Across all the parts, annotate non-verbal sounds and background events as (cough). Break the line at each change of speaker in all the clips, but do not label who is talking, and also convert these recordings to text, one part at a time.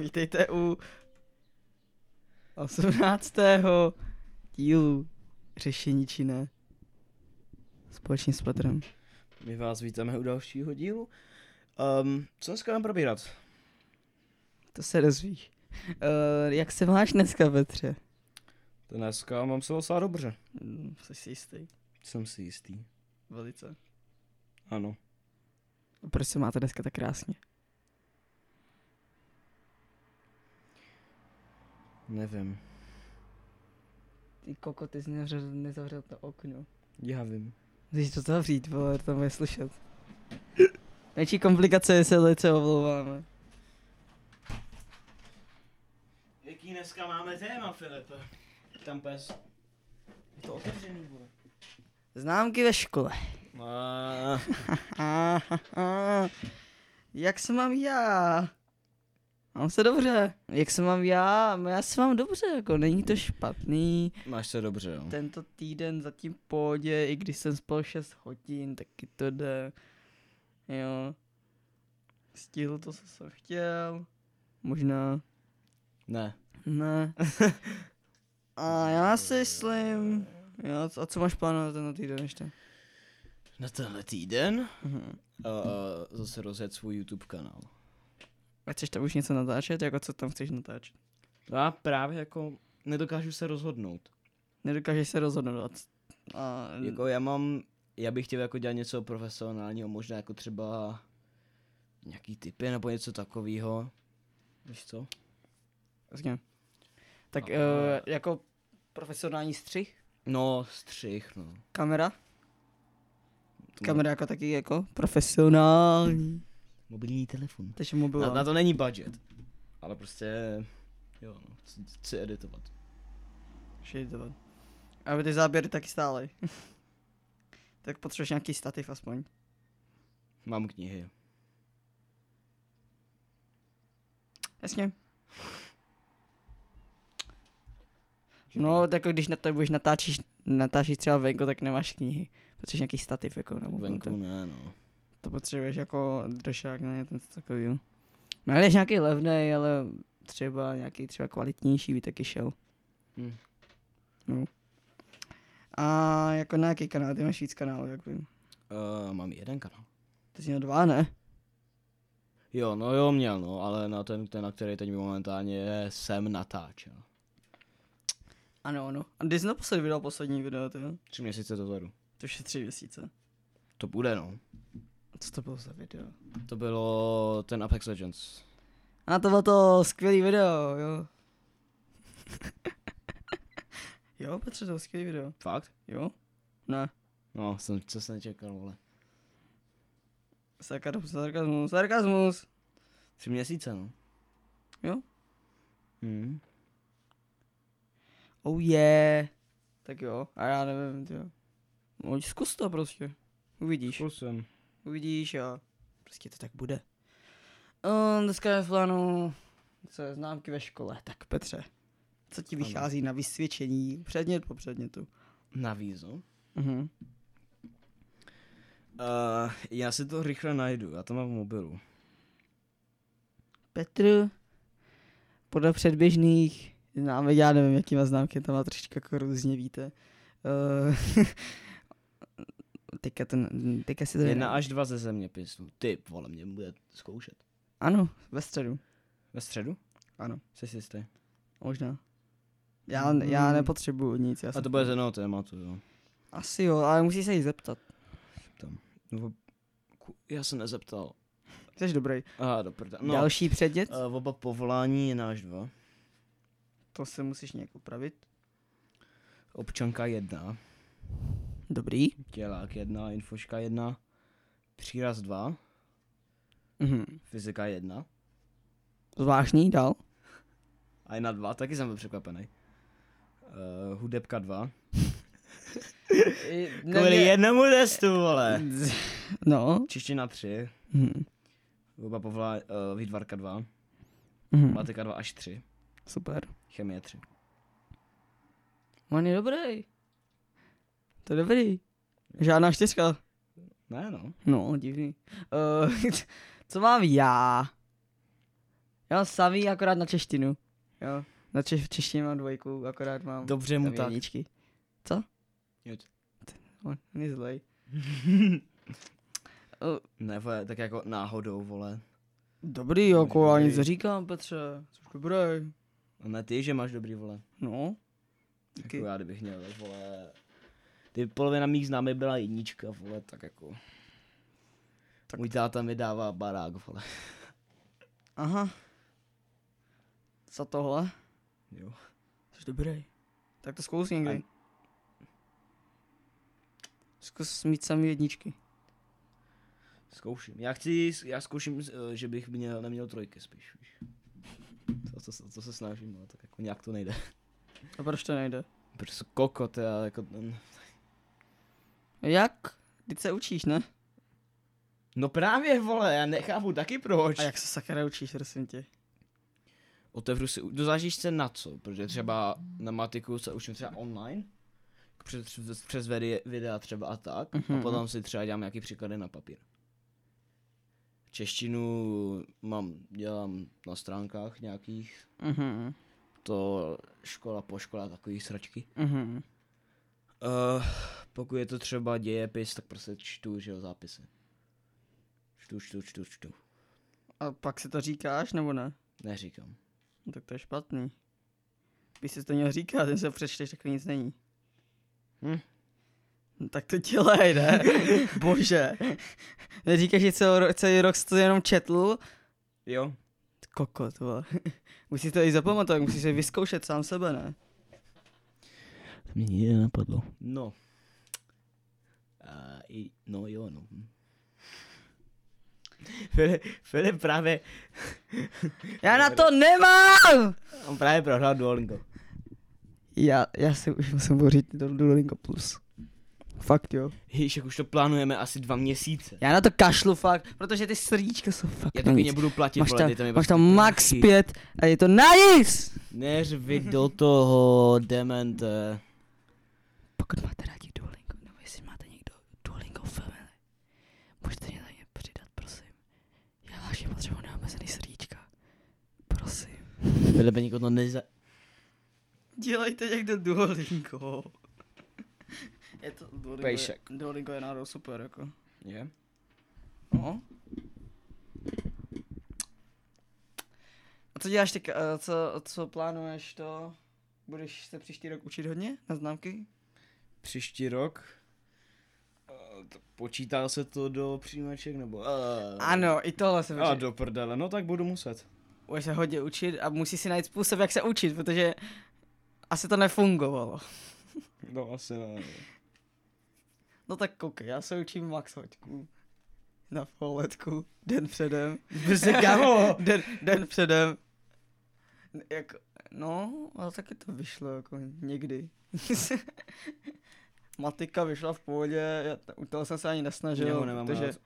Vítejte u 18. dílu Řešení či ne. Společně s Petrem.
My vás vítáme u dalšího dílu. Um, co dneska mám probírat?
To se dozvíš. Uh, jak se máš dneska, Petře?
Dneska mám se docela dobře.
Mm, Jsi si jistý?
Jsem si jistý.
Velice.
Ano.
No, Proč se máte dneska tak krásně?
Nevím.
Ty koko, ty jsi nezavřel, nezavřel to okno.
Já vím.
Musíš to zavřít, vole, tam je slyšet. Větší komplikace se velice omlouváme.
Jaký dneska máme téma, Filipe? Tam pes. Je to otevřený, bude.
Známky ve škole. Aha, jak se mám já? Mám se dobře. Jak se mám já? No Já se mám dobře, jako není to špatný.
Máš se dobře, jo.
Tento týden zatím v pohodě, i když jsem spal 6 hodin, taky to jde. Jo. Stihl to, co jsem chtěl. Možná.
Ne.
Ne. (laughs) A já si myslím... Jo, a co máš plánovat tento týden ještě?
Na tenhle týden
Mhm.
uh, zase rozjet svůj YouTube kanál.
A chceš tam už něco natáčet? Jako co tam chceš natáčet?
Já právě jako nedokážu se rozhodnout.
Nedokážeš se rozhodovat. A,
Jako já mám, já bych chtěl jako dělat něco profesionálního, možná jako třeba nějaký typy nebo něco takového. Víš co?
jasně. Tak
A-
uh, jako profesionální střih?
No, střih, no.
Kamera?
To
Kamera jako taky jako profesionální.
má Mobilní telefon.
Takže mu bylo.
Na, na to není budget. Ale prostě, jo, no, chci, chci editovat.
Aby ty záběry taky stály. (laughs) tak potřebuješ nějaký stativ aspoň.
Mám knihy.
Jasně. No, tak jako když na to budeš natáčíš, natáčíš třeba venku, tak nemáš knihy. Potřebuješ nějaký stativ jako. Nebo
Venku ne, no.
To potřebuješ jako držák na něco takového. Najdeš nějaký levný, ale třeba nějaký třeba kvalitnější by taky šel. Hmm.
Hm.
No. A jako na jaký kanál? Ty máš víc kanálů, jak vím.
Uh, mám jeden kanál.
Ty jsi měl dva, ne?
Jo, no jo, měl, no, ale na ten, ten na který teď momentálně jsem natáčel.
Ano, ano. A kdy jsi naposledy vydal poslední video, ty? jo?
Tři měsíce dozadu.
To už je tři měsíce.
To bude, no.
Co to bylo za video?
To bylo ten Apex Legends.
A to bylo to skvělý video, (laughs) jo. jo, Petře, to bylo skvělý video.
Fakt?
Jo? Ne.
No, jsem, co jsem čekal, vole.
Sarkazmus, sarkazmus, sarkazmus.
Tři měsíce, no.
Jo?
Hmm.
Oh yeah. Tak jo, a já nevím, ty jo. No, zkus to prostě. Uvidíš.
Zkusím.
Uvidíš a prostě to tak bude. Um, dneska je v plánu co je známky ve škole. Tak Petře, co ti
Ano.
vychází na vysvědčení předmět po předmětu?
Na vízu.
Mhm.
Uh, já si to rychle najdu, já to mám v mobilu.
Petr, podle předběžných známek, já nevím, jaký má známky, tam má trošička jako různě, víte. Uh, (laughs) teďka, to, teďka si to
Jedna
nedám.
až dva ze zeměpisu. Ty, vole, mě bude zkoušet.
Ano, ve středu.
Ve středu?
Ano.
Jsi si jistý.
Možná. Já, mm. já
Mm.
nepotřebuju nic. Já
A
jsem...
to bude z jednoho tématu, jo.
Asi jo, ale musíš se jí zeptat.
No, ku- já se nezeptal.
Jsi dobrý.
Aha, do prda.
No.
No,
Další předět, uh.
uh, oba povolání je náš dva.
to se musíš nějak upravit.
Občanka jedna,
Dobrý.
dělák jedna, infoška jedna, příraz dva,
Mhm.
fyzika jedna.
Zvláštní, dál.
A je na dva, taky jsem byl překvapený. Uh, hudebka dva.
(laughs)
Kvůli jednomu testu, vole.
No.
Čeština tři,
Mhm.
oba povolá, uh, výtvarka dva,
Mhm.
matika dva až tři,
Super.
chemie tři.
On je dobrý. To je dobrý. Žádná čtyřka. Eh,
Ne no,
(laughs) No, divný. Uh, co mám já? Já mám samý akorát na češtinu. Jo. Na češ, v češtině mám dvojku, akorát mám
Dobře mu
tam
tak.
jedničky. Co?
Jeď.
On, on je zlej.
Ne, vole, tak jako náhodou, vole.
Dobrý, jako já nic
Dobrý.
říkám, Petře. Jsi dobrý.
A Ne ty, že máš dobrý, vole.
No.
Jako
Díky.
já kdybych měl, vole. Ty polovina mých známých byla jednička, vole, tak jako. Tak. Můj táta mi dává barák, vole.
Aha. Za tohle?
Jo.
Jsi dobrý. Tak to zkus někdy.
A-
Zkus mít samý jedničky.
Zkouším. Já chci, já zkouším, eh, že bych měl, neměl trojky spíš, víš. To, to, to, se snažím, ale tak jako nějak to nejde.
A proč to nejde?
Prostě kokot, já jako ten...
No Jak? Teď se učíš, ne?
No právě, vole, já nechápu taky proč.
A jak se sakra učíš, prosím tě?
Otevřu si, no zážíš se na co, protože třeba na matiku se učím třeba online, přes, přes- přes vede- videa třeba a tak,
Mhm.
a potom si třeba dělám nějaký příklady na papír. Češtinu mám, dělám na stránkách nějakých,
Mhm,
to škola po škole takový sračky.
mhm.
Uh, pokud je to třeba dějepis, tak prostě čtu, že jo, zápisy. Čtu, čtu, čtu, čtu.
A pak si to říkáš, nebo ne?
Neříkám.
No, tak to je špatný. Když jsi to měl říkat, když se ho přečteš, tak nic není.
Hm.
No, tak to dělej,
(laughs)
ne? Bože. Neříkáš, že celý, ro- celý rok jsi to jenom četl?
Jo.
Ty Kokot, vole. Musíš to i zapamatovat, musíš se vyzkoušet sám sebe, ne?
To mě nikdy nenapadlo. No. Uh, i, no jo, no. Hm. (laughs) Filip, Filip právě,
Já na to nemám!
on právě prohrál Duolingo.
Já, já si už musím bořit do Duolingo Plus. Fakt jo.
Ježiš, jak už to plánujeme asi dva měsíce.
Já na to kašlu fakt, protože ty srdíčka jsou fakt
Já
na
taky
nic.
nebudu platit,
Máš
vole,
tam,
dejte mi
máš
prostě
tam max
prachy.
5 a je to na nic!
Neřvi do toho, demente.
Pokud máte rádi Duolingo, nebo jestli máte někdo Duolingo Family, můžete mě na ně přidat, prosím. Já vážně potřebuji neomezený srdíčka. Prosím.
Filipe, nikoho to neza...
Dělejte někdo Duolingo. Je to Duolingo, je,
Pejšek.
Duolingo je náhodou super, jako.
Je?
No. A co děláš teď, eh, co, co plánuješ to? Budeš se příští rok učit hodně na známky?
Příští rok. Eh, to- Počítá se to do přijímaček nebo? Uh,
Ano, i tohle se
A
může.
do prdele, no tak budu muset.
Budeš se hodně učit a musíš si najít způsob, jak se učit, protože asi to nefungovalo.
No asi ne.
No tak koukej, já se učím max hoďku. Na poletku, den předem.
Brzy, kámo!
den, den předem. Jako, no, ale taky to vyšlo, jako někdy. (laughs) Matika vyšla v pohodě, já t- u toho jsem se ani nesnažil,
Jeho nemám
protože,
rád.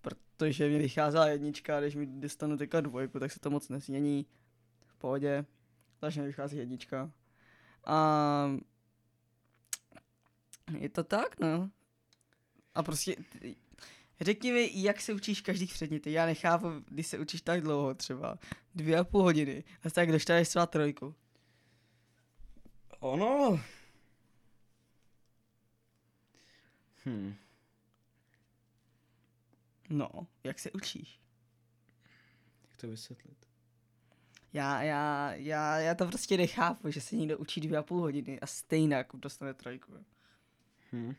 protože mi vycházela jednička, a když mi dostanu teďka dvojku, tak se to moc nesmění. V pohodě, takže mi vychází jednička. A je to tak, no. A prostě, t- řekni mi, jak se učíš každý předmět. Já nechápu, když se učíš tak dlouho třeba, dvě a půl hodiny, a tak dostaneš třeba trojku.
(laughs) Ono. Hm.
No, jak se učíš?
Jak to vysvětlit?
Já, já, já, já to prostě nechápu, že se někdo učí dvě a půl hodiny a stejně jako dostane trojku.
Hm.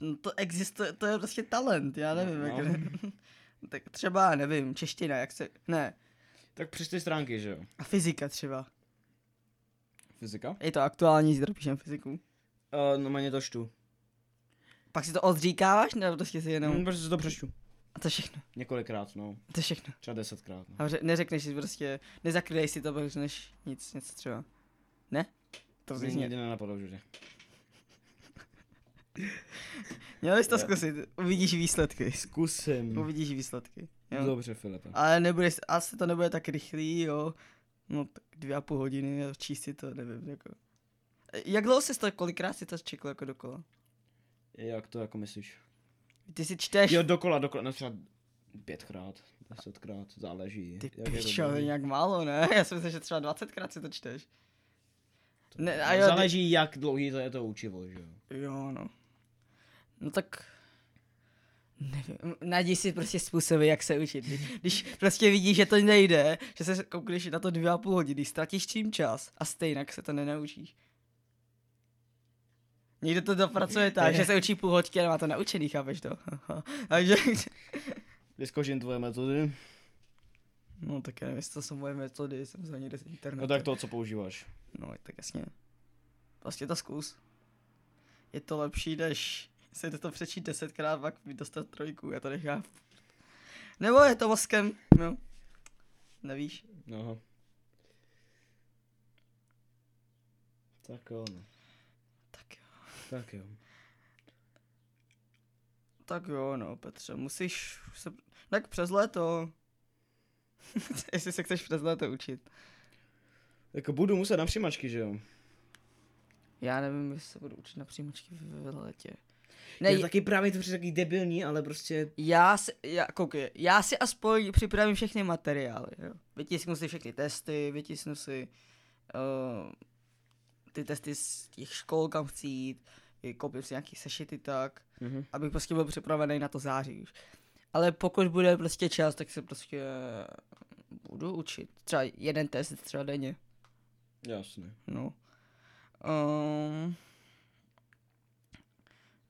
No to existuje, to je prostě talent, já nevím,
No,
no,
no.
jak (laughs) Tak třeba, nevím, čeština, jak se, ne,
Tak přes ty stránky, že jo?
a fyzika třeba.
Fyzika?
Je to aktuální, zítra píšem fyziku.
Uh, no méně to čtu.
Pak si to odříkáváš, nebo prostě si
No.
jenom,
Hm, prostě to přečtu.
a to je všechno,
Několikrát, no.
a to je všechno.
Třeba desetkrát, no.
A ře- neřekneš si prostě, nezakrydej si to, protože než nic, něco třeba. Ne? To
To mě
vznikne.
nikdy nenapadlo, že?
Měl jsi to
Jo.
zkusit, uvidíš výsledky.
Zkusím.
Uvidíš výsledky. Jo.
Dobře, Filipe.
Ale nebude, asi to nebude tak rychlý, jo. No, tak dvě a půl hodiny a číst si to, nevím, jako. Jak dlouho jsi to, kolikrát si to čekl jako dokola?
Jak to jako myslíš?
Ty si čteš,
Jo, dokola, dokola, no třeba pětkrát. desetkrát, záleží.
Ty
jak je to
pičo, to je
dlouhý.
nějak málo, ne? Já si myslím, že třeba 20krát si to čteš.
To-
Ne,
no,
a jo, ty-
záleží, jak dlouhý to je to učivo, že jo.
Jo, no. No tak... Nevím, najdi si prostě způsoby, jak se učit. Kdy- Když prostě vidíš, že to nejde, že se koukneš na to dvě a půl hodiny, ztratíš tím čas a stejně se to nenaučíš. Někdo to dopracuje tak, že se učí půl hoďky a má to naučený, chápeš to? (laughs) Takže,
Vyskočím tvoje metody.
no tak já nevím, jestli to jsou moje metody, jsem za někde z internetu.
No tak to, co používáš.
No, tak jasně. Prostě to zkus. Je to lepší, než si to přečít desetkrát, pak dostat trojku, já to nechápu. Nebo je to mozkem, no. Nevíš.
Aha. Tak jo, no.
Tak jo.
Tak jo.
Tak jo, no, Petře, musíš se... Tak přes léto. (laughs) Jestli se chceš přes léto učit.
Jako budu muset na přimačky, že jo?
Já nevím, jestli se budu učit na přímočky v, v létě.
Ne,
Ne,
je taky právě to přijde taky debilní, ale prostě...
Já si, já, koukej, já si aspoň připravím všechny materiály, jo. Vytisknu si všechny testy, vytisknu si uh, ty testy z těch škol, kam chci jít, i koupím si nějaký sešity tak,
Mhm.
abych prostě byl připravený na to září už. Ale pokud bude prostě čas, tak se prostě budu učit. Třeba jeden test třeba denně,
Jasně.
no. Um,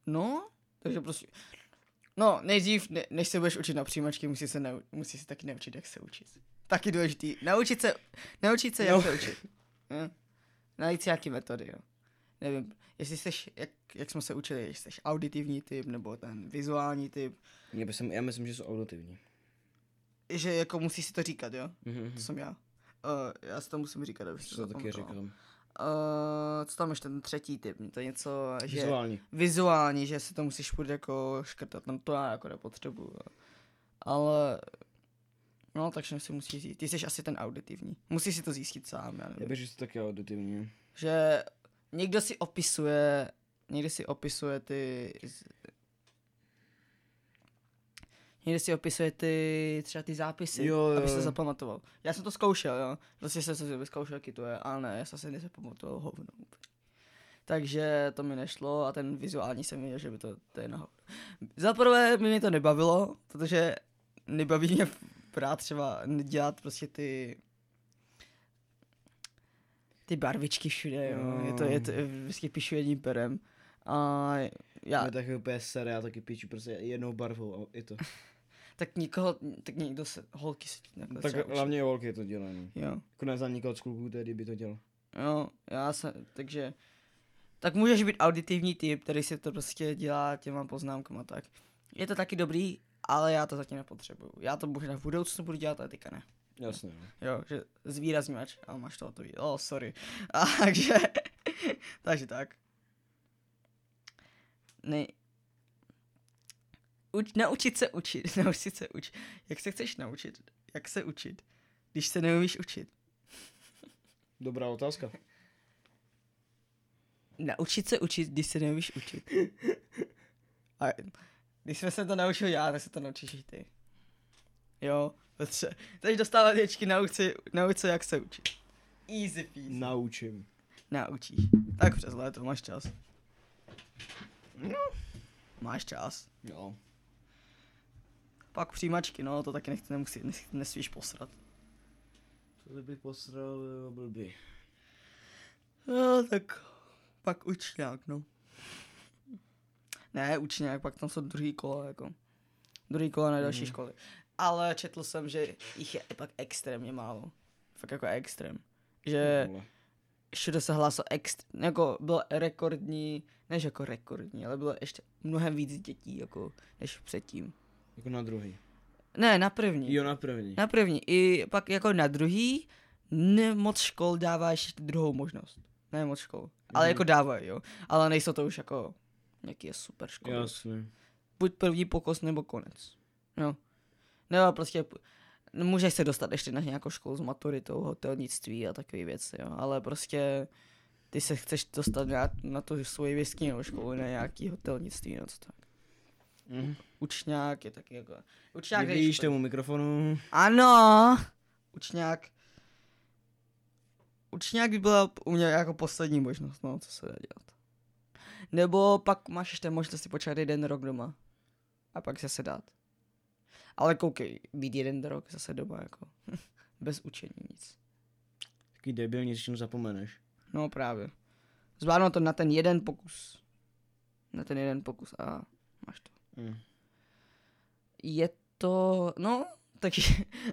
no, takže prostě... No, nejdřív, ne, než se budeš učit na přijímačky, musí se, neu, musí se taky naučit, jak se učit. Taky důležitý. Naučit se, naučit se, jak
No.
se učit. Hm? Najít si nějaký metody, jo. Nevím, jestli jsi, jak, jak jsme se učili, jestli jsi auditivní typ, nebo ten vizuální typ,
Já, bych, já myslím, že jsou auditivní.
že jako musíš si to říkat, jo.
Mhm.
To jsem já. Uh, já si to musím říkat, abych si
Co to taky
zapamatoval.
říkám.
Uh, co tam ještě ten třetí typ? To je něco, že vizuální,
Vizuální.
vizuální že si to musíš furt jako škrtat, no to já jako nepotřebuju. jo. Ale No, takže si musíš říct. Ty jsi asi ten auditivní. Musíš si to zjistit sám, já
Já
nevím.
bych řekl, že jsou taky auditivní.
Že někdo si opisuje, někdo si opisuje ty... Někdo si opisuje ty, třeba ty zápisy,
Jo, jo,
aby se
jo.
zapamatoval. Já jsem to zkoušel, jo. Prostě jsem se vyzkoušel, jaký to je, ale ne, já jsem se nezapamatoval hovno. úplně. Takže to mi nešlo a ten vizuální jsem viděl, že by to, to je na hovno. Za prvé mi mě to nebavilo, protože nebaví mě brát třeba dělat prostě ty ty barvičky všude, jo.
Mm.
Je to, je to, vždycky píšu jedním perem. A já,
Já taky úplně sere, já taky píču prostě jednou barvou a je (laughs) to.
tak nikoho, tak někdo se, holky se tím takhle
tak
třeba učí.
hlavně holky to dělají.
Jo,
Jako neznám nikoho z kluků, který by to dělal.
jo, já jsem, takže, tak můžeš být auditivní typ, který si to prostě dělá těma poznámkama tak. Je to taky dobrý, ale já to zatím nepotřebuju. Já to možná v budoucnu budu dělat, ale teďka ne.
Jasně, no.
Jo, že zvýrazňovač, ale máš to hotový. O, oh, sorry. A, (laughs) takže, takže tak. Ne. Uč, naučit se učit, (laughs) naučit se učit. Jak se chceš naučit? Jak se učit, když se neumíš učit?
Dobrá otázka.
Naučit se učit, když se neumíš učit. (laughs) A když jsme se to naučil já, tak se to naučíš i ty. Jo, Petře. Teď dostávat děčky, nauč se, nauč se, jak se učit. Easy peasy.
Naučím.
naučíš. Tak přes léto, máš čas. No, Máš čas.
Jo.
Pak přijímačky, no, to taky nechci, nemusí, nes- nesmíš posrat.
To bych posral blbý.
No, tak pak učňák, no. Ne, učňák, pak tam jsou druhý kola, jako. Druhý kola na další školy. Ale četl jsem, že jich je pak extrémně málo. Fakt jako extrém. Že... všude se hlásilo extra, jako bylo rekordní, než jako rekordní, ale bylo ještě mnohem víc dětí, jako, než předtím.
Jako na druhý.
Ne, na první.
Jo, na první.
Na první. I pak jako na druhý, ne moc škol dává ještě druhou možnost. Ne moc škol.
Mhm.
Ale jako dávají, jo. Ale nejsou to už jako nějaké super školy.
Jasně.
Buď první pokus, nebo konec. No. Nebo prostě p- můžeš se dostat ještě na nějakou školu s maturitou, hotelnictví a takové věci, jo. Ale prostě ty se chceš dostat na, na tu svoji veskynovou školu, ne nějaký hotelnictví, no co tak.
Mhm.
Učňák je taky jako... Učňák je
Vidíš
špatný.
tomu mikrofonu?
Ano! Učňák... Učňák by byla u mě jako poslední možnost, no, co se dá dělat. Nebo pak máš ještě možnost si počkat jeden rok doma. A pak se sedat. Ale koukej, být jeden rok zase doma, jako. (laughs) Bez učení nic.
Taky debil, nic čím zapomeneš.
No právě. Zvládnu to na ten jeden pokus. Na ten jeden pokus a máš to.
Mm.
Je to, no, takže,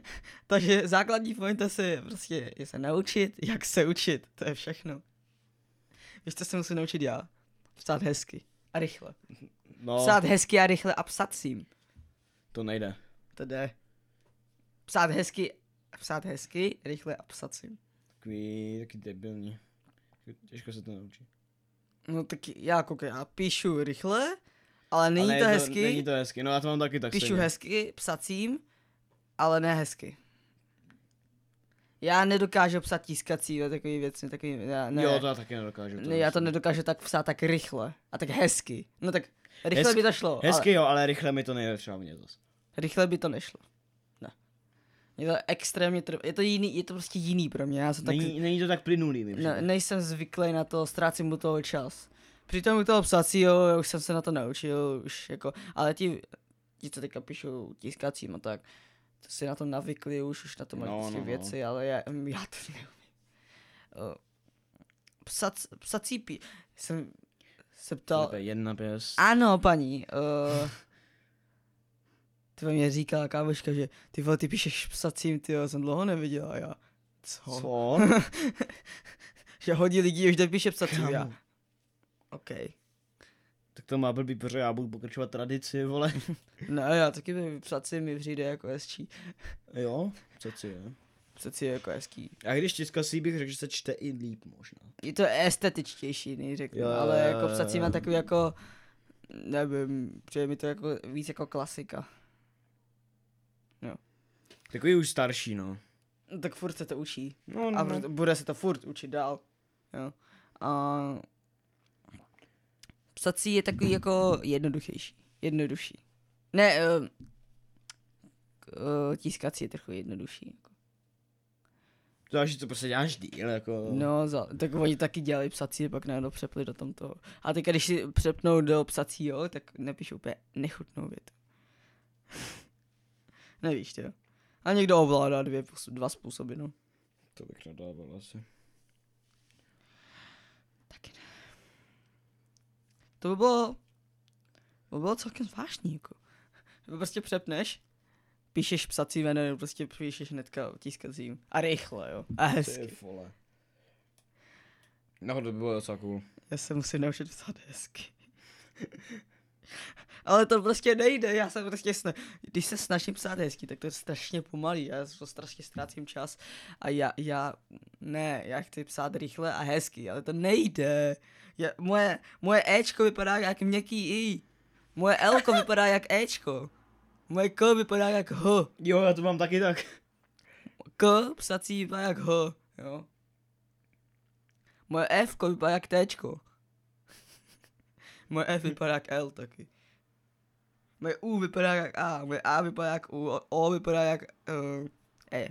(laughs) takže základní pointa se prostě je se naučit, jak se učit, to je všechno. Víš, co se musím naučit já? Psát hezky a rychle.
No,
Psát hezky a rychle a psat s ním.
to nejde.
To jde. Psát hezky, psát hezky, rychle a psat s ním.
Takový, taky debilní. Těžko se to naučí.
No tak já koukej, já píšu rychle, ale není
Ale
to
je
hezky.
Není to hezky, no já to mám taky tak
Píšu
stejně.
hezky, psacím, ale ne hezky. Já nedokážu psat tiskací a takový věci, takový, já, ne,
Jo, to já taky nedokážu.
ne, já to
vlastně.
nedokážu tak psát tak rychle a tak hezky. No tak rychle
Hezky-
by to šlo,
Hezky
ale
jo, ale rychle mi to nejde třeba mě zase.
rychle by to nešlo. Ne. Je to extrémně, trv... je to jiný, je to prostě jiný pro mě, já jsem tak...
Není, není to tak plynulý mi
Ne,
přijde.
nejsem zvyklý na to, ztrácím u toho čas. Přitom u toho psacího, já už jsem se na to naučil, už jako, ale ti, ti co teďka píšu tiskacím a tak, to si na to navykli už, už na to mají
No,
prostě
no, no.
věci, ale já, já to neumím. O, Psac, psací pí... Jsem se ptal...
To je jedna pěs.
Ano, paní. Uh, ty mě říkala kámoška, že ty vole, ty píšeš psacím, ty jo, jsem dlouho neviděla, já. Co?
Co? (laughs)
Že hodí lidí už nepíše psacím, já.
Kámo,
OK.
Tak to má blbý, protože já budu pokračovat tradici, vole.
No já taky by psaci mi přijde jako hezčí.
(laughs) jo, přeci je.
Psaci je jako hezký.
A když tiskasí bych řekl, že se čte i líp možná.
Je to estetičtější, než řeknu,
Jo, jo,
ale
jo,
jako
jo,
psací
jo.
má takový jako, nevím, přijde mi to jako víc jako klasika.
Takový už starší, no.
No, tak furt se to učí.
No,
A proto- bude se to furt učit dál. Jo. A psací je takový jako jednoduchější. Jednodušší. Ne, eh, k- eh, tiskací je trochu jednodušší. Jako.
Záleží, co prostě děláš díl, jako.
No, za, tak oni taky dělali psací, pak najednou přepli do tam toho. A teď, když si přepnou do psacího, tak nepíšu úplně nechutnou větu. (laughs) Nevíš, ty jo. A někdo ovládá dvě, pos- dva způsoby, no.
To bych nedával asi.
Taky ne. To by bylo, to by bylo celkem zvláštní, jako. To Prostě přepneš, píšeš psací jméno, prostě píšeš hnedka tiskacím. A rychle, jo. A hezky.
vole. No, to by bylo docela cool.
Já se musím naučit psát hezky. (laughs) Ale to prostě nejde, já jsem prostě sna... Když se snažím psát hezky, tak to je strašně pomalý, já to strašně ztrácím čas. A já, já, ne, já chci psát rychle a hezky, ale to nejde. Já, moje, moje Ečko vypadá jak měkký I. Moje Lko vypadá jak Ečko. Moje K vypadá jak H.
Jo, já to mám taky tak.
K psací vypadá jak H, jo. Moje F vypadá jak T. Moje F vypadá jak L taky. Moje U vypadá jak A, moje A vypadá jak U, O- O vypadá jak uh, E.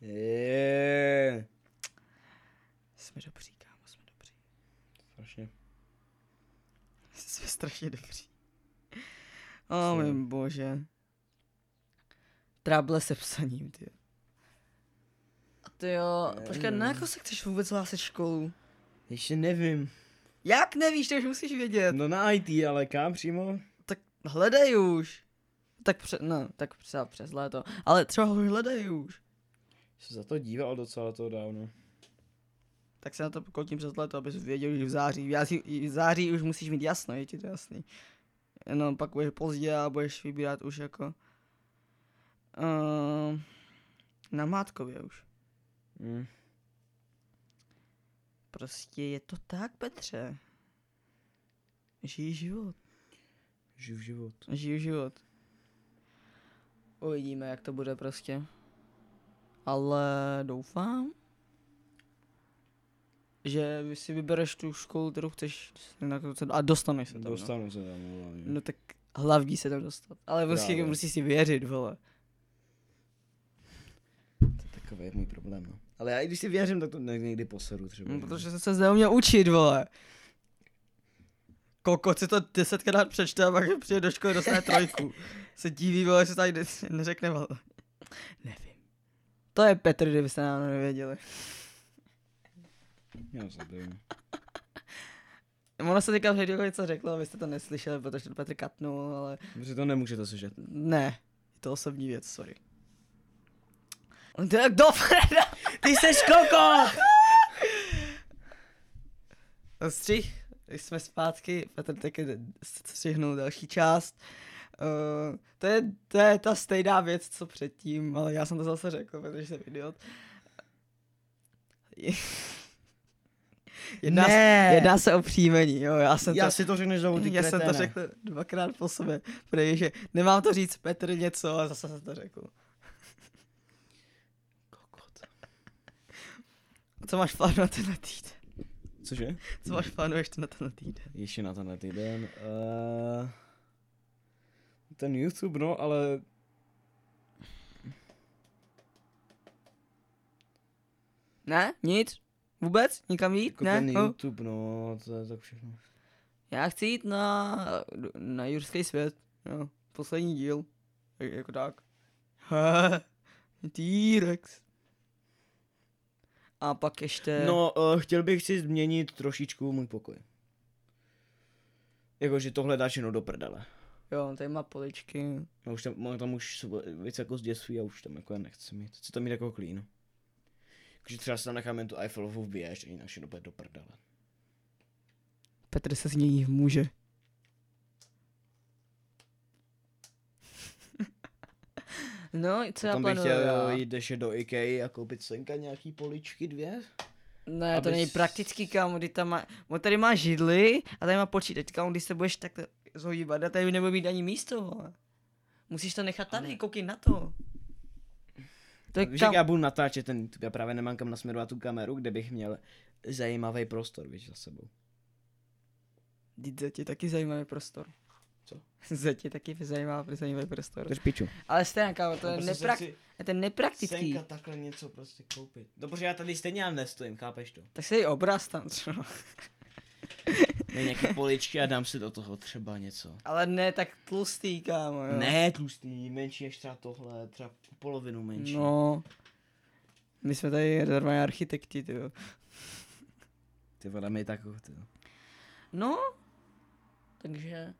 Je.
Jsme dobří, kámo, jsme dobří. (laughs)
Strašně.
Jsme strašně dobří. O oh,
Jsme.
můj bože. Trable se psaním, ty. A ty jo, počkej, na jakou se chceš vůbec hlásit školu?
Ještě nevím.
Jak nevíš, to už musíš vědět.
No na IT, ale kam přímo?
tak hledej už. Tak pře, no, tak třeba přes léto. Ale třeba ho hledej už.
Se za to díval docela to dávno.
Tak se na to pokotím přes léto, abys věděl, že v září. V září, v září už musíš mít jasno, je ti to jasný. Jenom pak budeš pozdě a budeš vybírat už jako... Uh, na Mátkově už.
Mm.
Prostě je to tak, Petře. Žij život.
Živ život.
Žiju život. Uvidíme, jak to bude prostě. Ale doufám, že si vybereš tu školu, kterou chceš na- a dostaneš se tam.
Dostanu se tam, vole.
No. no tak hlavní se tam dostat. Ale prostě
Právě.
musíš si věřit, vole.
To je takový můj problém, no. Ale já i když si věřím, tak to ne- někdy poseru třeba.
No,
že?
protože jsem se neuměl učit, vole. Kokot si to desetkrát přečte a pak (laughs) přijde do školy dostane trojku. Se diví, vole, že se tady ne- neřekne, vole. Nevím. To je Petr, kdybyste nám nevěděli.
Já zabiju.
Ono se teďka v něco řeklo, abyste to neslyšeli, protože to Petr katnul, ale
Protože to nemůžete slyšet.
ne. Je to osobní věc, sorry. Tak (laughs) do Freda!
Ty seš koko!
Střih, jsme zpátky, Petr taky střihnul další část. Uh, to, je, to je ta stejná věc, co předtím, ale já jsem to zase řekl, protože jsem idiot. jedná,
Ne.
se, jedná se o příjmení, jo, Eh. já jsem
Já
to...
si to řekneš znovu, ty
Já jsem to
kreténe.
řekl dvakrát po sobě, protože nemám to říct Petr něco, ale zase jsem to řekl.
Kokot.
Co máš v plánu na tenhle týden?
Cože?
Co máš v plánu ještě na tenhle týden?
Ještě na tenhle týden. Uh, ten YouTube, no, ale...
Ne? Nic? Vůbec? Nikam jít?
Jako
Ne?
ten
No.
YouTube, no, to je tak všechno.
Já chci jít na, na jurský svět. No, poslední díl. Jak- Jako tak. (laughs) T-Rex. A pak ještě...
No, uh, chtěl bych si změnit trošičku můj pokoj. Jakože tohle dáš jenom do prdele.
Jo, tady má poličky.
No, už tam, mám tam už svo- věc jako zděsují a už tam jako já nechci mít. Chci tam mít jako clean. Takže třeba si tam nechám jen tu Eiffelovu věž, a jinak všechno bude do prdele.
Petr se změní v
(laughs)
muže. No, co já
Tam bych
plánuju?
chtěl
já?
jít ještě do IKEA a koupit senka nějaký poličky dvě.
Ne, to
abys-
není praktický, kámo, kdy tam má, on tady má židli a tady má počítač, kámo, když se budeš takhle zohýbat a tady nebude mít ani místo, vole. Musíš to nechat tady, koukej na to. To je
Víš, jak
kam...
já budu natáčet ten YouTube, já právě nemám kam nasměrovat tu kameru, kde bych měl zajímavý prostor, víš, za sebou.
Dítě, ti taky zajímavý prostor. (laughs)
Co?
Zatě taky zajímavý, zajímavý prostor.
Drž piču.
Ale stejně, kámo, to je,
Prostě
neprak...
jsem
to je nepraktický.
Senka takhle něco prostě koupit. Dobře, já tady stejně já nestojím, chápeš to?
Tak se jej obraz tam třeba. (laughs)
Dej nějaké poličky a dám si do toho třeba něco.
Ale ne tak tlustý, kámo, jo.
Ne, tlustý, menší než třeba tohle, třeba polovinu menší.
No. My jsme tady normální architekti, ty jo.
Ty vole, mi takovou, ty.
No, takže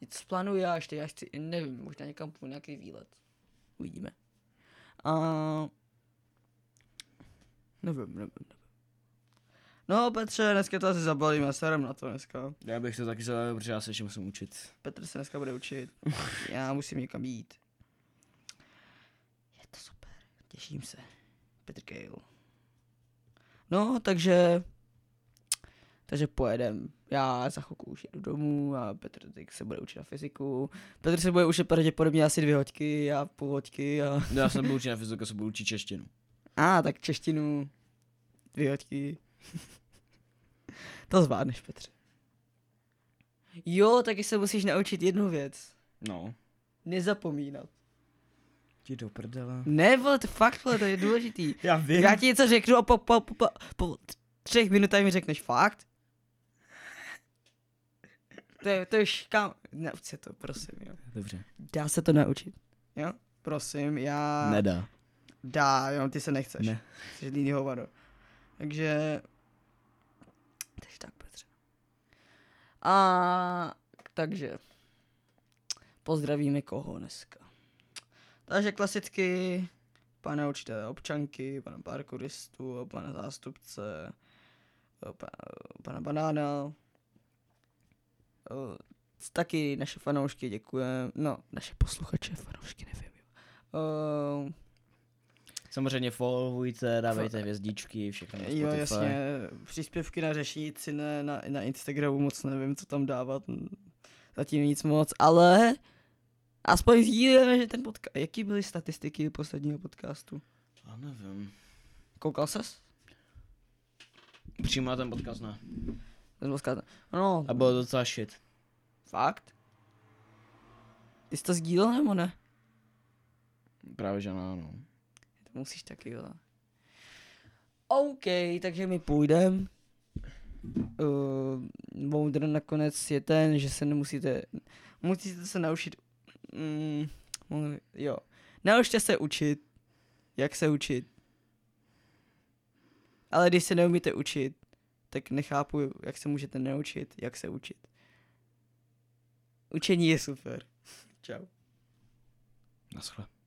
nic plánuju já ještě, já chci, nevím, možná někam půjdu nějaký výlet. Uvidíme. A... Nevím, nevím, nevím. No Petře, dneska to asi zabalím, já serem na to dneska.
Já bych to taky zadal, protože já se ještě musím (laughs) učit.
Petr se dneska bude učit, já musím někam jít. Je to super, těším se. Petr Kejl. No, takže... Takže pojedem. Já za chvilku už jedu domů a Petr teď se bude učit na fyziku. Petr se bude učit pravděpodobně asi dvě hoďky, já půl hoďky a...
No, já jsem budu učit na fyziku, já se budu učit češtinu.
A, ah, tak češtinu. Dvě hoďky. (laughs) to zvládneš, Petře. Jo, taky se musíš naučit jednu věc.
No.
Nezapomínat.
Ti do prdele.
Ne, vole, to fakt, vole, to je (laughs) důležitý.
Já vím.
Já ti něco řeknu a po, po, po, po, po třech minutách mi řekneš fakt. To je, to je už kam... Nauč se to, prosím, jo.
Dobře.
Dá se to naučit. Jo? Prosím, já...
Nedá.
Dá, jo, ty se nechceš.
Ne.
Jsi líný hovado. Takže... Takže tak, Petře. A... Takže... Pozdravíme koho dneska. Takže klasicky pana učitele občanky, pana parkouristu, pana zástupce, pana, pana banána. Eh, Taky naše fanoušky děkujeme, no, naše posluchače, fanoušky nevím. Uh,
Samozřejmě followujte, dávejte hvězdičky, všechno na Spotify.
Jo, jasně. Příspěvky na řešící ne, na, na Instagramu moc nevím, co tam dávat. Zatím nic moc, ale aspoň sdílíme, že ten podcast... Jaký byly statistiky posledního podcastu?
Já nevím.
Koukal ses?
Přímo na ten podcast ne.
Ten podcast? No,
A bylo docela shit.
fakt? Ty jsi to sdílel nebo ne?
Právě že no. ano.
(laughs) To musíš taky, vole. OK, takže my půjdeme. Uh, moudr nakonec je ten, že se nemusíte, musíte se naučit, mm, mluvit- jo, naučte se učit, jak se učit. Ale když se neumíte učit, tak nechápu, jak se můžete neučit, jak se učit. Učení je super. (laughs) Čau.
Naschle.